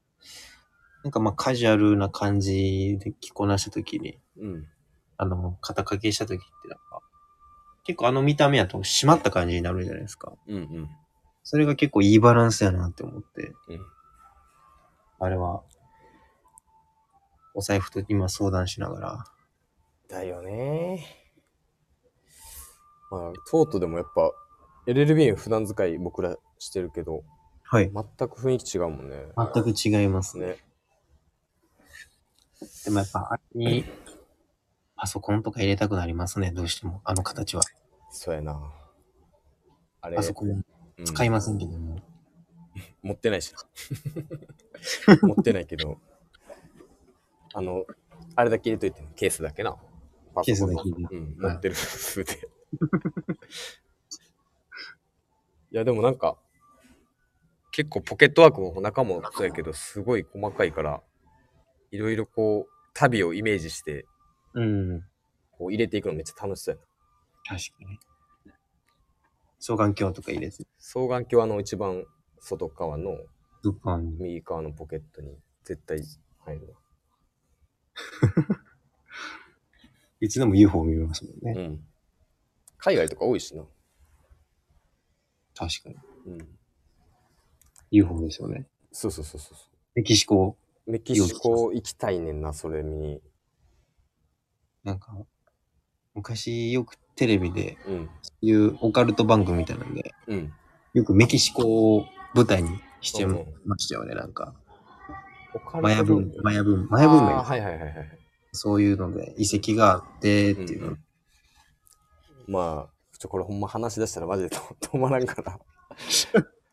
Speaker 2: なんかまあ、カジュアルな感じで着こなしたときに、
Speaker 1: うん。
Speaker 2: あの、肩掛けした時ってなんか、結構あの見た目やと締まった感じになるじゃないですか。
Speaker 1: うんうん。
Speaker 2: それが結構いいバランスやなって思って、
Speaker 1: うん
Speaker 2: あれは、お財布と今相談しながら、
Speaker 1: だよね。まあ、トートでもやっぱ、LLB 普段使い僕らしてるけど、
Speaker 2: はい。
Speaker 1: 全く雰囲気違うもんね。
Speaker 2: 全く違いますね。
Speaker 1: ね。
Speaker 2: でもやっぱ、あれに、パソコンとか入れたくなりますね、どうしても。あの形は。
Speaker 1: そうやな。あれ
Speaker 2: パ、ソコン
Speaker 1: うん
Speaker 2: 使いませんけども。
Speaker 1: 持ってないし な。持ってないけど、あの、あれだけ入れといて、ケースだけな。
Speaker 2: ケースだけ
Speaker 1: パソコンうん、持ってる。普通で。 いや、でもなんか、結構ポケットワークも中もそうやけど、すごい細かいから、いろいろこう、旅をイメージして、
Speaker 2: うん。
Speaker 1: こう入れていくのめっちゃ楽しそうやな。
Speaker 2: 確かに。双眼鏡とか入れて、
Speaker 1: 双眼鏡はあの一番外側の
Speaker 2: ドッパンに
Speaker 1: 右側のポケットに絶対入るわ。
Speaker 2: いつでも UFO 見ますもんね。
Speaker 1: うん。海外とか多いしな。
Speaker 2: 確かに。
Speaker 1: うん。
Speaker 2: UFO ですよね。
Speaker 1: そうそうそうそ
Speaker 2: メキシコ、
Speaker 1: う。メキシコ行きたいねんな、それ見に。
Speaker 2: なんか、昔よくテレビで、
Speaker 1: うん。
Speaker 2: そういうオカルト番組みたいなんで、
Speaker 1: うん。
Speaker 2: よくメキシコを舞台にして
Speaker 1: うんうん
Speaker 2: ましたよね、なんか。
Speaker 1: 他
Speaker 2: マヤ文、マヤ文、
Speaker 1: マ
Speaker 2: マヤ
Speaker 1: ヤ
Speaker 2: 文
Speaker 1: 文明。あー
Speaker 2: 明。
Speaker 1: はいはいはいはい。
Speaker 2: そういうので、遺跡があって、っていうの。
Speaker 1: うんまあ、ちょ、これほんま話し出したらマジで止 止まらんから。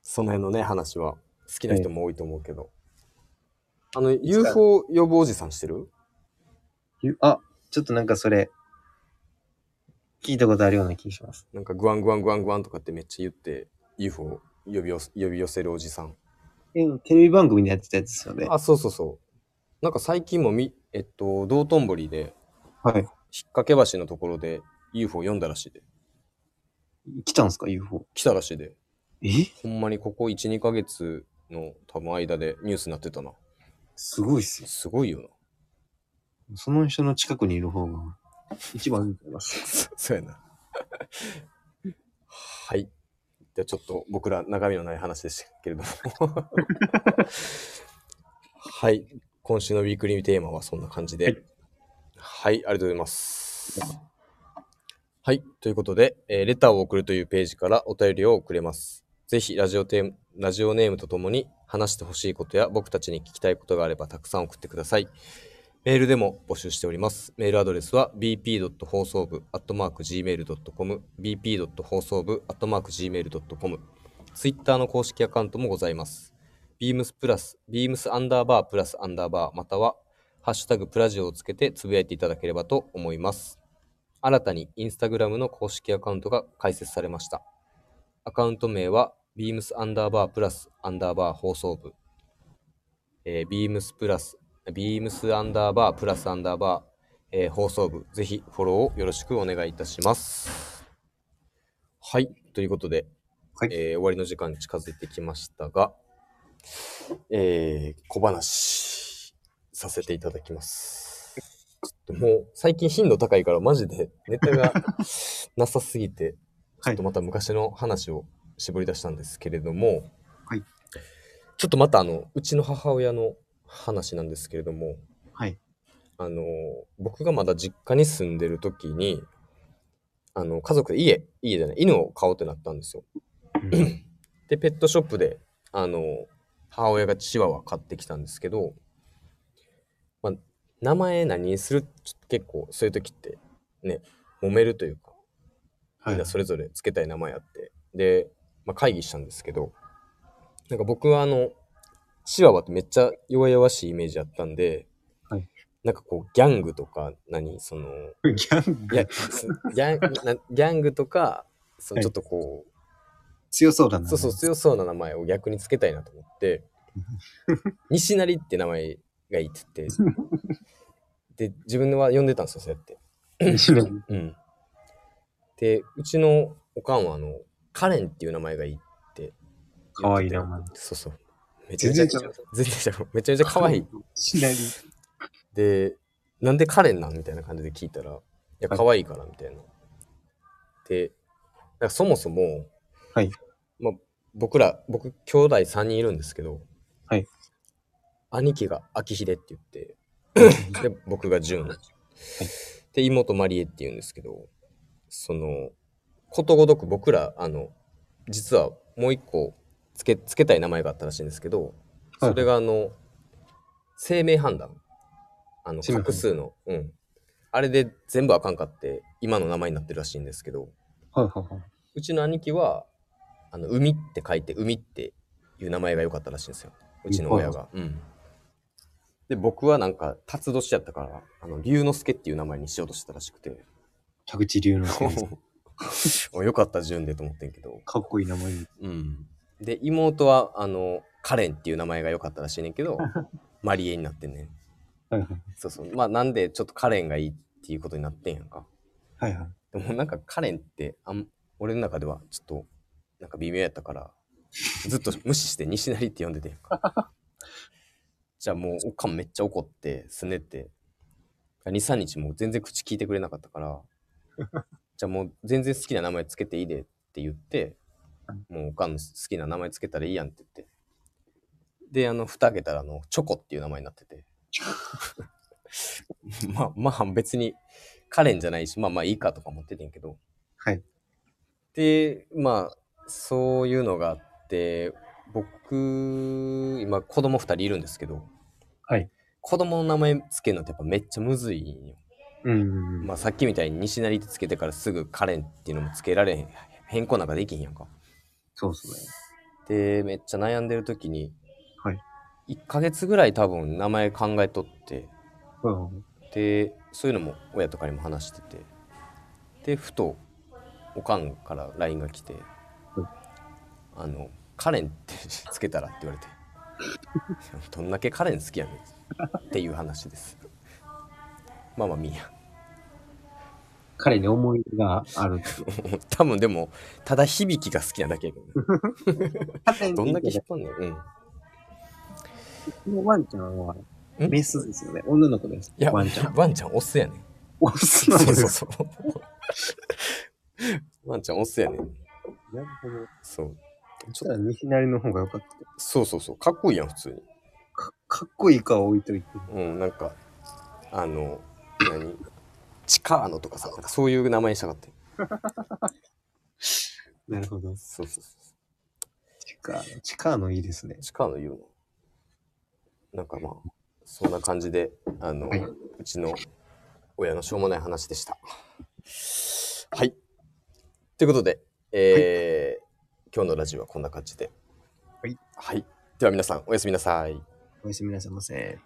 Speaker 1: その辺のね、話は。好きな人も多いと思うけど。あの、UFO 予防おじさんしてる
Speaker 2: ゆあ、ちょっとなんかそれ、聞いたことあるような気がします。
Speaker 1: なんかグワングワングワングワンとかってめっちゃ言って、UFO 呼び寄せ呼び寄せるおじさん。
Speaker 2: え、テレビ番組でやってたやつですよね。
Speaker 1: あ、そうそうそう。なんか最近もみ、えっと、道頓堀で、
Speaker 2: はい。
Speaker 1: 引っ掛け橋のところで UFO 読んだらしいで。
Speaker 2: 来たんですか、UFO。
Speaker 1: 来たらしいで。
Speaker 2: え
Speaker 1: ほんまにここ1、2ヶ月の多分間でニュースになってたな。
Speaker 2: すごいっすよ
Speaker 1: すごいよな。
Speaker 2: その人の近くにいる方が一番いいと思います。
Speaker 1: そ そうやな。はい。じゃあちょっと僕ら中身のない話でしたけれども。はい。今週のウィークリーテーマはそんな感じで。はい、ありがとうございます。はい。ということで、えーレターを送るというページからお便りを送れます。ぜひラジオテーマラジオネームとともに話してほしいことや僕たちに聞きたいことがあればたくさん送ってください。メールでも募集しております。メールアドレスは bp. 放送部 .gmail.com bp. 放送部 .gmail.com ツイッターの公式アカウントもございます。beams プラス、beams アンダーバープラスアンダーバーまたはハッシュタグプラジオをつけてつぶやいていただければと思います。新たにインスタグラムの公式アカウントが開設されました。アカウント名は beams アンダーバープラスアンダーバー放送部えー、ビームスプラス、ビームスアンダーバープラスアンダーバー、えー放送部、ぜひフォローをよろしくお願いいたします。はい、ということで、
Speaker 2: はい
Speaker 1: えー終わりの時間に近づいてきましたが、えー、小話させていただきます。ちょっともう最近頻度高いからマジでネタがなさすぎ て、ちょっとまた昔の話を絞り出したんですけれども、
Speaker 2: はい
Speaker 1: ちょっとまたあの、うちの母親の話なんですけれども、
Speaker 2: はい。
Speaker 1: あの僕がまだ実家に住んでる時にあの家族で家家じゃない犬を飼おうってなったんですよ
Speaker 2: うん
Speaker 1: でペットショップであの母親がチワワ買ってきたんですけど、まあ、名前何にするちょっと結構そういう時ってね揉めるというかみ
Speaker 2: は
Speaker 1: ん
Speaker 2: い
Speaker 1: な。それぞれつけたい名前あって、で、まあ、会議したんですけどなんか僕はあのチワワってめっちゃ弱々しいイメージあったんで、
Speaker 2: はい
Speaker 1: なんかこうギャングとか何その
Speaker 2: ギャン
Speaker 1: い
Speaker 2: グ
Speaker 1: やすギャンなギャングとかその
Speaker 2: はい
Speaker 1: ちょっとこう、
Speaker 2: 強そうだな。
Speaker 1: そうそう強そうな名前を逆につけたいなと思って 西成って名前がいいって言 ってで自分は呼んでたんですよそうやって。
Speaker 2: 西成
Speaker 1: うん。で、うちのおかんは、あの、カレンっていう名前がいいって言ってて。
Speaker 2: 可愛い名前
Speaker 1: そうそう。めちゃめちゃ、
Speaker 2: 全然違う
Speaker 1: 全然違うめちゃめちゃ可愛い。
Speaker 2: 西成
Speaker 1: で、なんでカレンなんみたいな感じで聞いたら、いや、可愛いから、みたいな。で、なんかそもそも、
Speaker 2: はい
Speaker 1: まあ、僕ら、僕、兄弟3人いるんですけど、
Speaker 2: はい
Speaker 1: 兄貴が秋秀って言って、で、僕が純。で、妹マリエって言うんですけど、その、ことごとく僕ら、あの、実はもう一個つけ、つけたい名前があったらしいんですけど、それがあの、生命判断。あの、
Speaker 2: 生命判断
Speaker 1: 画数の。うん。あれで全部あかんかって、今の名前になってるらしいんですけど、
Speaker 2: はいはいはいう
Speaker 1: ちの兄貴は、あの、海って書いて、海っていう名前が良かったらしいんですよ。うちの親が。うん。で、僕はなんか、辰年やったから、あの、龍之介っていう名前にしようとしてたらしく て、
Speaker 2: 田口龍之介です
Speaker 1: およかった順でと思ってんけど。
Speaker 2: かっこいい名前。
Speaker 1: うん。で、妹は、あの、カレンっていう名前が良かったらしいねんけ ど、マリエになってんねん。
Speaker 2: はいはい
Speaker 1: そうそう。まあなんでちょっとカレンがいいっていうことになってんやんか。
Speaker 2: はいはい。
Speaker 1: でもなんかカレンってあん俺の中ではちょっとなんか微妙やったからずっと無視して西成って呼んでてんやんか。じゃあもうおかんめっちゃ怒ってすねて23日もう全然口聞いてくれなかったからじゃあもう全然好きな名前つけていいでって言ってもうおかんの好きな名前つけたらいいやんって言ってであの蓋開けたらあのチョコっていう名前になっててまあまあ別にカレンじゃないし、まあまあいいかとか思っててんけど。
Speaker 2: はい。
Speaker 1: で、まあ、そういうのがあって、僕、今子供2人いるんですけど、
Speaker 2: はい。
Speaker 1: 子供の名前つけるのってやっぱめっちゃむずいんよ。
Speaker 2: うんうんうん。
Speaker 1: まあさっきみたいに西成ってつけてからすぐカレンっていうのもつけられへん。変更なんかできへんやんか。
Speaker 2: そうそうね。
Speaker 1: で、めっちゃ悩んでる時に、
Speaker 2: はい。
Speaker 1: 1ヶ月ぐらい多分名前考えとって、
Speaker 2: はいはいはい
Speaker 1: でそういうのも親とかにも話しててでふとおかんから LINE が来て「あのカレンってつけたら」って言われて 「どんだけカレン好きやねん」っていう話ですまあまあみーや
Speaker 2: 彼に思い出があるって。
Speaker 1: 多分でもただ響きが好きなだけやけどね
Speaker 2: 彼
Speaker 1: どんだけ
Speaker 2: こ
Speaker 1: 引っ張んねんうん
Speaker 2: のワンちゃんは
Speaker 1: ん
Speaker 2: メスですよね。女の子です。
Speaker 1: いや
Speaker 2: ワンちゃん。
Speaker 1: ワンちゃんオスやねん
Speaker 2: オスなん
Speaker 1: そう
Speaker 2: で
Speaker 1: そう
Speaker 2: す。
Speaker 1: そうワンちゃんオスやねん
Speaker 2: なるほど。
Speaker 1: そう
Speaker 2: そしたら西成の方が良かった。
Speaker 1: そうそうそうかっこいいやん普通に
Speaker 2: かかっこいいかは置いといて。
Speaker 1: うん、なんか、あの、何チカーノとかさ、なんかそういう名前にしたかった。
Speaker 2: なるほど。
Speaker 1: そうそうそ
Speaker 2: 地下、地下のいいですね
Speaker 1: う。。チカーノ言うの。なんかまあ、そんな感じで、あの、
Speaker 2: はいう
Speaker 1: ちの親のしょうもない話でした。はい。ということで、えー今日のラジオはこんな感じで。
Speaker 2: はい。
Speaker 1: はい。では皆さん、おやすみなさい。
Speaker 2: おやすみなさいませ。